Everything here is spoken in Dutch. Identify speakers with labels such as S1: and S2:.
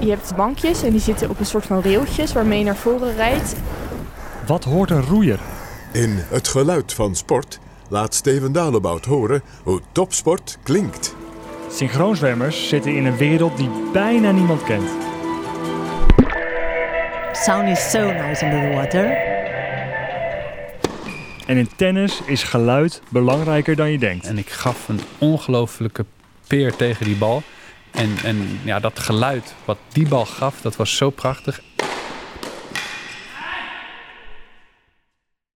S1: Je hebt bankjes en die zitten op een soort van railtjes waarmee je naar voren rijdt.
S2: Wat hoort een roeier?
S3: In Het Geluid van Sport laat Steven Dalebout horen hoe topsport klinkt.
S2: Synchroonzwemmers zitten in een wereld die bijna niemand kent.
S4: Sound is so nice under the water.
S2: En in tennis is geluid belangrijker dan je denkt.
S5: En ik gaf een ongelofelijke peer tegen die bal. En, en ja, dat geluid wat die bal gaf, dat was zo prachtig.